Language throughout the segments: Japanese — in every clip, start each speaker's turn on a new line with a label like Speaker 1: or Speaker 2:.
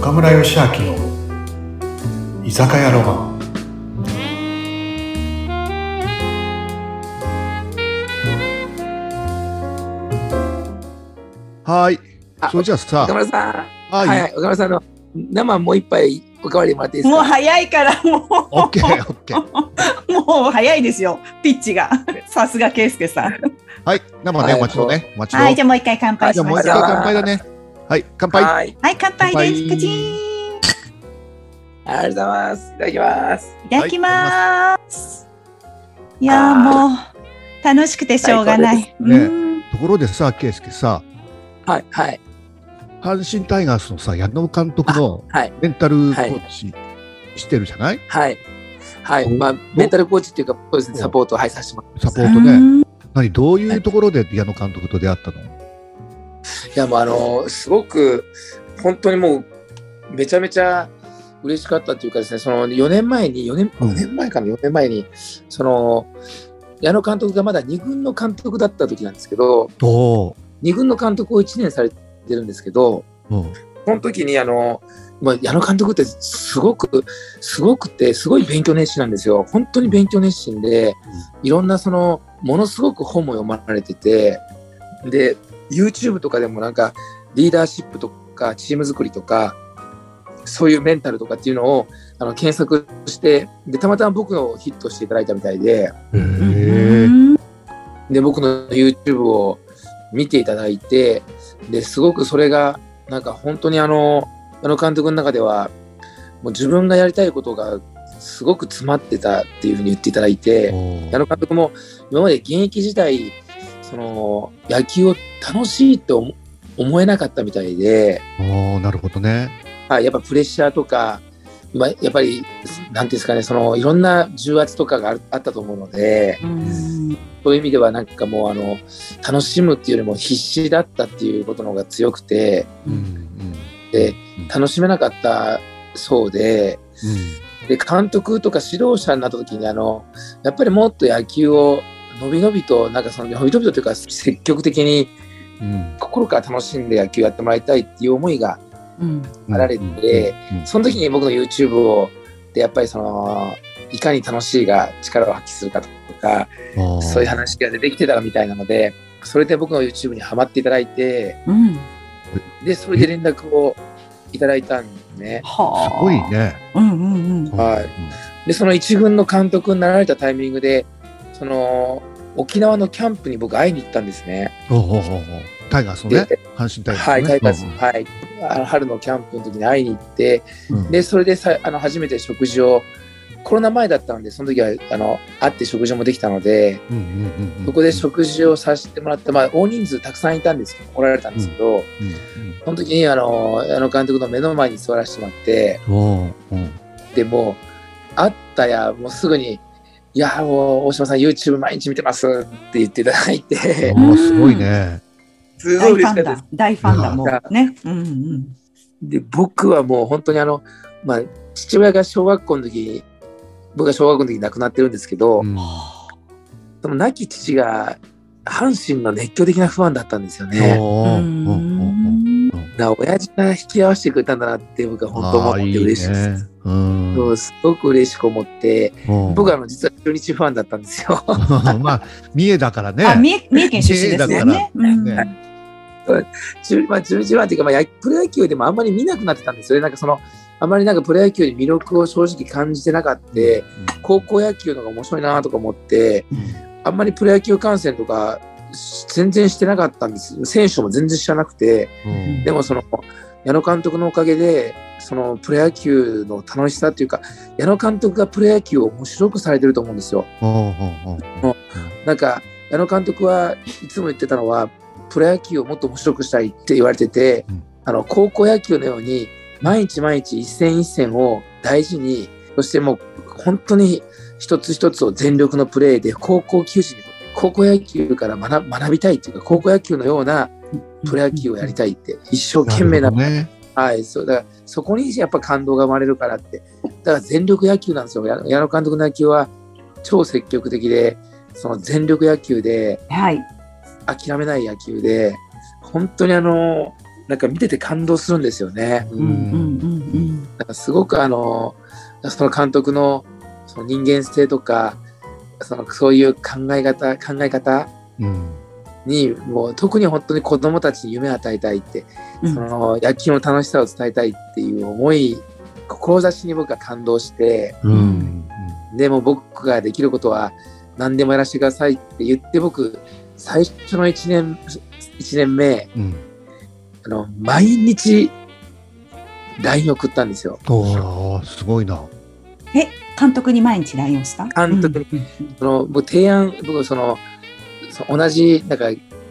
Speaker 1: 岡村義明の居酒屋ロマン
Speaker 2: はーい。
Speaker 3: あ
Speaker 2: それじゃあさ
Speaker 3: 岡、村さ
Speaker 2: は
Speaker 3: ん、
Speaker 2: い。
Speaker 3: はい、岡村さんの生もう一杯おかわりもらっていいです
Speaker 4: もう
Speaker 3: か。
Speaker 4: 早いから、 も
Speaker 2: オッケー、オッケー。
Speaker 4: う、もう早いですよ。ピッチが。さすが圭介さん。
Speaker 2: はい。生ね、
Speaker 3: はい
Speaker 2: お待ちのね、お待ちの。
Speaker 4: はい、じゃあもう一回乾杯
Speaker 2: じ
Speaker 4: し
Speaker 2: ゃあもう
Speaker 4: ま
Speaker 2: 一
Speaker 4: し
Speaker 2: 回
Speaker 4: ょう。
Speaker 2: 乾杯だね。はい、乾杯。
Speaker 3: はい、
Speaker 4: はい、乾杯です。
Speaker 2: 乾杯
Speaker 4: カチーン。
Speaker 3: ありがとうございます。いただきます。
Speaker 4: いただきます。いやーもう、楽しくてしょうがない。
Speaker 2: 高ですね
Speaker 4: うん
Speaker 2: ところでさ、圭介さ、
Speaker 3: はい、はい、
Speaker 2: 阪神タイガースのさ、矢野監督の
Speaker 3: はい
Speaker 2: メンタルコーチしてるじゃない
Speaker 3: はい。はい、まあ、メンタルコーチっていうか、そうですね、サポートを、はい、させてもらって
Speaker 2: サ
Speaker 3: ま
Speaker 2: ポ
Speaker 3: す。
Speaker 2: ートね。何、どういうところで矢野監督と出会ったの
Speaker 3: いや、もう、あの、すごく、本当にもう、めちゃめちゃ嬉しかったというかですね、その4年前に、4年、
Speaker 2: うん
Speaker 3: 5年前かな、4年前に、その、矢野監督がまだ2軍の監督だった時なんですけど、
Speaker 2: おー
Speaker 3: 2軍の監督を1年されてるんですけど、
Speaker 2: うん。
Speaker 3: その時にあの、まあ、矢野監督ってすごく、すごくて、すごい勉強熱心なんですよ。本当に勉強熱心で、いろんなその、ものすごく本も読まれてて、で、YouTube とかでもなんか、リーダーシップとか、チーム作りとか、そういうメンタルとかっていうのをあの検索して、で、たまたま僕のヒットしていただいたみたい
Speaker 2: へ
Speaker 3: で、
Speaker 2: え。
Speaker 3: で、僕の YouTube を見ていただいて、で、すごくそれが、なんか本当にあの、あの監督の中では、もう自分がやりたいことがすごく詰まってたっていうふうに言っていただいて、
Speaker 2: おー
Speaker 3: あの監督も今まで現役時代、その、野球を楽しいと思思えなかったみたいで、
Speaker 2: おーなるほどね。
Speaker 3: はい、やっぱプレッシャーとか、まあ、やっぱり、なんていうんですかね、その、いろんな重圧とかがあるあったと思うので、
Speaker 4: うん
Speaker 3: そういう意味ではなんかもうあの楽しむっていうよりも必死だったっていうことの方が強くて
Speaker 2: うん。うん
Speaker 3: で楽しめなかったそうでで監督とか指導者になった時にあのやっぱりもっと野球を伸び伸びとなんかその伸び伸びとというか積極的に
Speaker 2: うんうん
Speaker 3: 心から楽しんで野球やってもらいたいっていう思いが
Speaker 4: うん
Speaker 2: うん。
Speaker 3: あられて
Speaker 2: うん、
Speaker 3: その時に僕の YouTube をでやっぱりそのいかに楽しいが力を発揮するかとか
Speaker 2: うん
Speaker 3: そういう。話が出てきてたみたいなので、それで僕の YouTube にハマっていただいて、
Speaker 4: うん
Speaker 3: で、それで連絡をいただいたんですね。
Speaker 2: あ
Speaker 4: はあ
Speaker 2: ーすごい。ね。
Speaker 4: うんうんうん。
Speaker 3: はいで、その一軍の監督になられたタイミングで、その、沖縄のキャンプに僕会いに行ったんですね。
Speaker 2: おーおーおーおータイガースのね
Speaker 3: で、
Speaker 2: 阪神タイガースのね。
Speaker 3: はい、タイガース
Speaker 2: うんうん
Speaker 3: はい。あの春のキャンプの時に会いに行って、
Speaker 2: うん
Speaker 3: で、それでさあの初めて食事を、コロナ前だったので、その時はあの会って食事もできたので、
Speaker 2: うんうんうんうん
Speaker 3: そこで食事をさせてもらって、まあ、大人数たくさんいたんですけど、来られたんですけど、
Speaker 2: うん
Speaker 3: その時にあのあの監督の目の前に座らせてもらって
Speaker 2: うんおーうん
Speaker 3: でもう会ったやもうすぐに「いやもう大島さん YouTube 毎日見てます」って言っていただいて
Speaker 2: おーすごいね。
Speaker 3: すごい
Speaker 4: 大
Speaker 3: 嬉
Speaker 4: フ
Speaker 3: し
Speaker 4: ァ
Speaker 3: か
Speaker 4: ン
Speaker 3: ったです
Speaker 4: だ。大ファンだもうね。うんうん。
Speaker 3: で僕はもう本当にあの、まあ、父親が小学校の時に僕が小学校の時に亡くなってるんですけど、
Speaker 2: うん
Speaker 3: その亡き父が阪神の熱狂的なファンだったんですよね。
Speaker 2: おーうんうん
Speaker 3: だから親父が引き合わせてくれたんだなって僕は本当思って嬉しいです。
Speaker 2: あーいいねうん
Speaker 3: そうすごく嬉しく思って、
Speaker 2: うん
Speaker 3: 僕はあの実は中日ファンだったんですよ。
Speaker 2: まあ三重だからね。
Speaker 4: あ、三重三重県出身ですよね。う
Speaker 2: 重
Speaker 4: ん
Speaker 2: だから
Speaker 3: 中まあ、中日はっていうか、まあ、やプロ野球でもあんまり見なくなってたんですよね。なんかその、あまりなんかプロ野球に魅力を正直感じてなかった。高校野球の方が面白いなとか思って、あんまりプロ野球観戦とかし全然してなかったんです。選手も全然知らなくて、
Speaker 2: うん
Speaker 3: でもその、矢野監督のおかげで、そのプロ野球の楽しさっていうか、矢野監督がプロ野球を面白くされてると思うんですよ。
Speaker 2: うんうんうん
Speaker 3: なんか、矢野監督はいつも言ってたのは、プロ野球をもっと面白くしたいって言われてて、
Speaker 2: うん
Speaker 3: あの、高校野球のように、毎日毎日一戦一戦を大事に、そしてもう本当に一つ一つを全力のプレーで、高校球児に、高校野球から学学びたいっていうか、高校野球のようなプロ野球をやりたいって、一生懸命な、
Speaker 2: るほどね。
Speaker 3: はい、そうだからそこにやっぱ感動が生まれるからって、だから全力野球なんですよ、矢矢野監督の野球は超積極的で、その全力野球で、
Speaker 4: はい。
Speaker 3: 諦めない野球で、本当にあのなんか見てて感動するんですよね。
Speaker 4: うんうんうん
Speaker 3: なんかすごくあのその監督のその人間性とかそのそういう考え方考え方
Speaker 2: うん
Speaker 3: にもう特に本当に子供たちに夢を与えたいって、
Speaker 4: うん
Speaker 3: その野球の楽しさを伝えたいっていう思い志に僕は感動して
Speaker 2: うんうん
Speaker 3: でも僕ができることは何でもやらせてくださいって言って僕最初の1年1年目
Speaker 2: うん
Speaker 3: あの毎日 LINE 送ったんですよ。
Speaker 2: おーすごいな。
Speaker 4: え監督に毎日 LINE をした
Speaker 3: 監督にその僕提案僕そのその同じなんか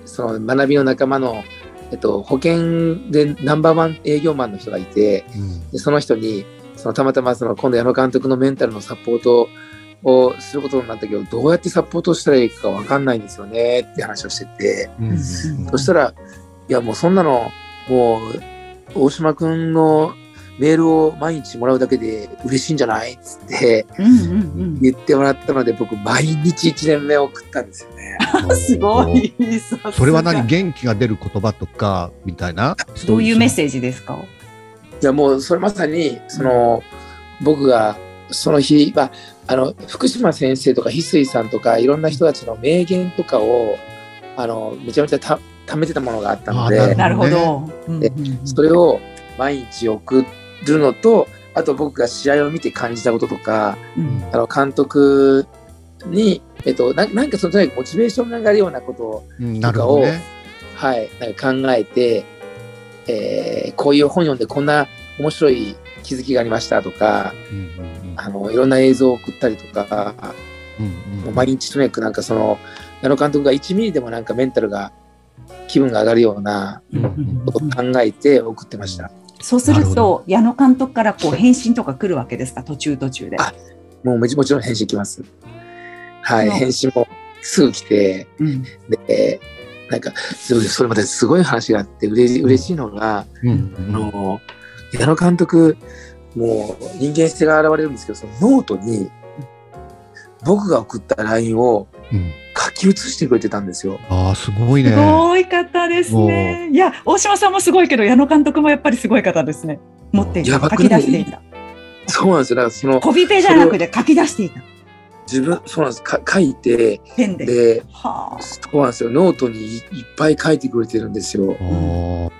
Speaker 3: その学びの仲間の、えっと、保険でナンバーワン営業マンの人がいて
Speaker 2: うん
Speaker 3: でその人にそのたまたまその今度矢野監督のメンタルのサポートをすることになったけどどうやってサポートしたらいいか分かんないんですよねって話をしてて
Speaker 2: うんうん
Speaker 3: そしたらいやもうそんなのもう大島君のメールを毎日もらうだけで嬉しいんじゃないっつって
Speaker 4: うんうん
Speaker 3: 言ってもらったので僕毎日1年目送ったんですよね。
Speaker 4: うんすご いさすが
Speaker 2: それは何元気が出る言葉とかみたいな
Speaker 4: どういうメッセージですか
Speaker 3: いやもうそれまさにその僕がその日、まあ、あの福島先生とか翡翠さんとかいろんな人たちの名言とかをあのめちゃめちゃた貯めてたものがあったの
Speaker 2: あ
Speaker 3: で
Speaker 4: なるほど
Speaker 3: でそれを毎日送るのとあと僕が試合を見て感じたこととか
Speaker 4: うん
Speaker 3: あの監督に、えっと、ななんかそのとにかくモチベーションが上がるようなことを
Speaker 2: うんなるほどね。
Speaker 3: はい、なんか考えて、えーこういう本読んでこんな面白い気づきがありましたとか
Speaker 2: うんうん
Speaker 3: あのいろんな映像を送ったりとか
Speaker 2: うんうん
Speaker 3: もう毎日とにかくなんかその矢野監督が1ミリでもなんかメンタルが気分が上がるような
Speaker 4: うんうん
Speaker 3: ことを考えて送ってました、
Speaker 4: そうする
Speaker 2: なるほ
Speaker 4: と矢野監督からこう返信とか来るわけですか途中途中で
Speaker 3: あもうもちもちろん返信来ますはい
Speaker 4: うん
Speaker 3: 返信もすぐ来て
Speaker 4: うん
Speaker 3: でなんかでもそれまですごい話があってうれ嬉しいのが、
Speaker 2: うん
Speaker 3: あの矢野監督もう人間性が現れるんですけどそのノートに僕が送った LINE を
Speaker 2: うんうん
Speaker 3: 書き写してくれてたんですよ。
Speaker 2: ああすごいね
Speaker 4: す。ごい方ですね。いや、大島さんもすごいけど、矢野監督もやっぱりすごい方ですね。持っていた。
Speaker 3: やば
Speaker 4: 書
Speaker 3: く
Speaker 4: き
Speaker 3: な
Speaker 4: 出
Speaker 3: い
Speaker 4: していた。
Speaker 3: そうなんですよだからその
Speaker 4: コピペじゃなくて書き出していた。
Speaker 3: 自分そうなんですか書いて
Speaker 4: ペンで。
Speaker 3: で
Speaker 4: は
Speaker 3: そうなんですよノートにいいっぱい書いてくれてるんですよ。
Speaker 2: おー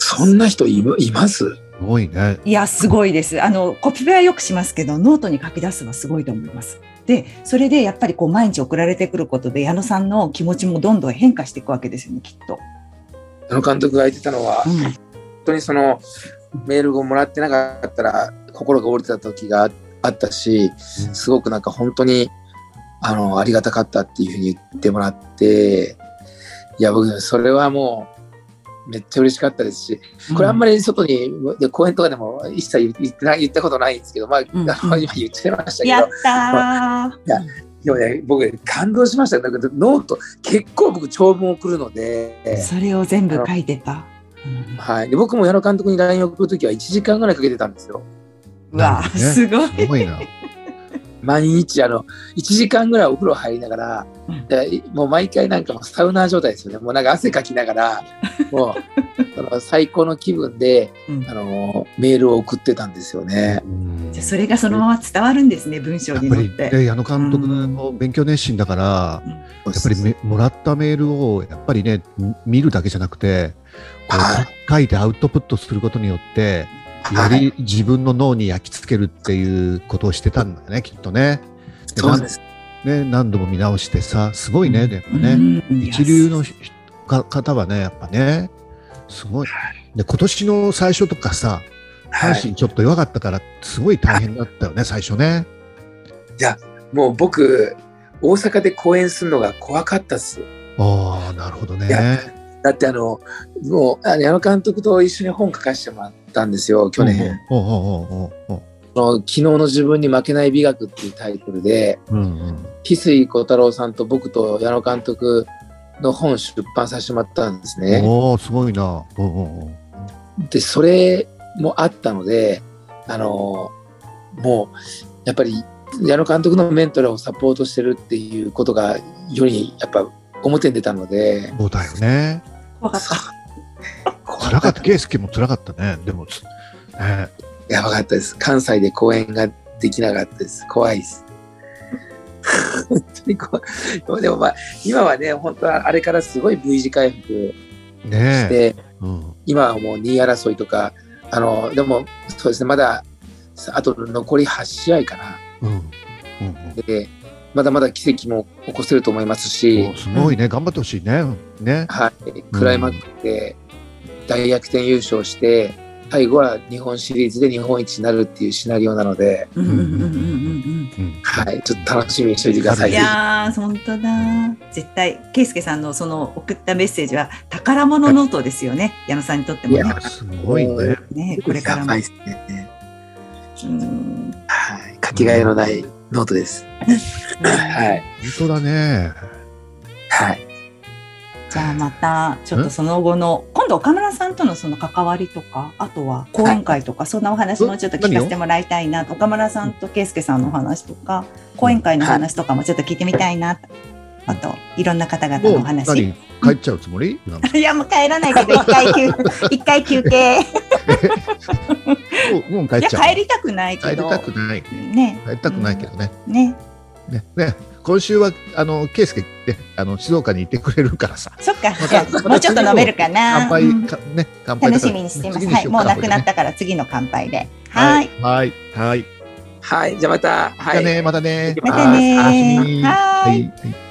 Speaker 3: そんな人いまいます
Speaker 2: すごいね。
Speaker 4: いや、すごいです。あの、コピペはよくしますけど、ノートに書き出すのはすごいと思います。で、それでやっぱりこう毎日送られてくることで、矢野さんの気持ちもどんどん変化していくわけですよね、きっと。
Speaker 3: 矢野監督が言ってたのは
Speaker 4: うん
Speaker 3: 本当にそのメールをもらってなかったら心が折れてた時があったしすごくなんか本当にあのありがたかったっていうふうに言ってもらっていや僕それはもうめっちゃ嬉しかったですしこれあんまり外に、で公園とかでも一切言ってない言ったことないんですけど、まあ、
Speaker 4: ん
Speaker 3: あの今言っちゃいましたけ
Speaker 4: やっ
Speaker 3: ど
Speaker 4: たー。
Speaker 3: でもね僕感動しましたよなんかノート結構僕長文送るので。
Speaker 4: それを全部書いてた。うん
Speaker 3: はい、で僕も矢野監督に LINE を送るときは1時間ぐらいかけてたんですよ。
Speaker 4: うわー、すごい。
Speaker 2: すごいな。
Speaker 3: 毎日あの1時間ぐらいお風呂入りながら、
Speaker 4: うん
Speaker 3: でもう毎回なんかもうサウナー状態ですよねもうなんか汗かきなが らもうその最高の気分で、
Speaker 4: うん
Speaker 3: あのメールを送ってたんですよね。
Speaker 2: うん
Speaker 4: じゃあそれがそのまま伝わるんですね、文章
Speaker 2: やっ
Speaker 4: に
Speaker 2: ぱ
Speaker 4: 乗っ
Speaker 2: り
Speaker 4: て。
Speaker 2: で矢野監督も勉強熱心だから、
Speaker 3: や
Speaker 2: やっぱりめもらったメールをやっぱりねみ見るだけじゃなくてこう
Speaker 3: はい
Speaker 2: 書いてアウトプットすることによってよ
Speaker 3: はい
Speaker 2: り自分の脳に焼き付けるっていうことをしてたんだよねきっとねで
Speaker 3: そうです
Speaker 2: ね何度も見直してさすごいねやっぱ
Speaker 4: うん
Speaker 2: ね、
Speaker 4: うん
Speaker 2: 一流のひか方はねやっぱねすごいで今年の最初とかさ
Speaker 3: は
Speaker 2: 阪
Speaker 3: い、
Speaker 2: 神ちょっと弱かったからすごい大変だったよね最初ね
Speaker 3: もう僕大阪で公演するのが怖かったっす。
Speaker 2: ああなるほどね
Speaker 3: いやだってあのもうあの矢野監督と一緒に本書かせてもらったんですよ去年、
Speaker 2: おうおうおうおうおう
Speaker 3: その昨日の自分に負けない美学っていうタイトルで。
Speaker 2: うんうん
Speaker 3: 翡翠小太郎さんと僕と矢野監督の本出版させてもらったんですね。
Speaker 2: おおすごいな。うんうんうん
Speaker 3: でそれもあったのであのもうやっぱり矢野監督のメンタルをサポートしてるっていうことがよりやっぱ表に出たので
Speaker 2: そうだよね。
Speaker 4: 怖かった。
Speaker 3: 怖
Speaker 2: 辛かった、圭介も辛かったね。でも、つね、
Speaker 3: やばかったです。関西で公演ができなかったです。怖いです。本当に怖い。でもまあ、今はね、本当はあれからすごい V 字回復し
Speaker 2: ねえ。
Speaker 3: て、
Speaker 2: うん。
Speaker 3: 今はもう2位争いとか、あの、でも、そうですね、まだ、あと残り8試合かな。
Speaker 2: うん。うんうん
Speaker 3: で、まだまだ奇跡も起こせると思いますし
Speaker 2: お、すごいね、頑張ってほしいね。ね。
Speaker 3: はい、クライマックスで大逆転優勝して、最後は日本シリーズで日本一になるっていうシナリオなので、
Speaker 4: うんうんうんうんうん
Speaker 2: うん
Speaker 3: はい、ちょっと楽しみにしておいてくださ
Speaker 4: う
Speaker 3: い。
Speaker 4: ん。いやー、本当だ。絶対、圭介さんのその送ったメッセージは宝物ノートですよね。矢野さんにとっても
Speaker 2: い
Speaker 4: ね
Speaker 2: や、すごいね。
Speaker 4: ね、これからも
Speaker 3: やばい。ですね。
Speaker 4: うん
Speaker 3: はい、かけがえのないノートです。はい、
Speaker 2: 本当だね。
Speaker 3: はい、
Speaker 4: じゃあまたちょっとその後の今度岡村さんとのその関わりとかあとは講演会とかそんなお話もちょっと聞かせてもらいたいなと岡村さんと圭介さんのお話とか講演会の話とかもちょっと聞いてみたいなとあといろんな方々の
Speaker 2: も
Speaker 4: お
Speaker 2: う、何、
Speaker 4: 話。
Speaker 2: 帰っちゃうつもりなんか
Speaker 4: いやもう帰らないけど一回休一回休憩
Speaker 2: もうもう帰っ
Speaker 4: いや
Speaker 2: ちゃ
Speaker 4: 帰
Speaker 2: う。
Speaker 4: りたくない
Speaker 2: 帰
Speaker 4: け
Speaker 2: り
Speaker 4: ど
Speaker 2: たくない。
Speaker 4: ね
Speaker 2: 帰りたくないけどね。
Speaker 4: ね
Speaker 2: ね、ね、今週は、あの、圭介って、あの、静岡にいてくれるからさ。
Speaker 4: そっか
Speaker 2: た
Speaker 4: じゃあもうちょっと飲めるかな
Speaker 2: 乾杯、
Speaker 4: うん
Speaker 2: かね、乾杯だか
Speaker 4: 楽
Speaker 2: ら
Speaker 4: しみにしてます
Speaker 2: 次
Speaker 4: は
Speaker 2: し
Speaker 4: い
Speaker 2: よ
Speaker 4: もうなくなっ
Speaker 2: 乾
Speaker 4: たから次の乾杯では
Speaker 2: 杯
Speaker 4: い
Speaker 2: ね。はい、はい、はい。
Speaker 3: はい、じゃあまた、
Speaker 2: じゃあね、またね。
Speaker 4: またね
Speaker 2: 楽しみに
Speaker 4: はーい
Speaker 2: はい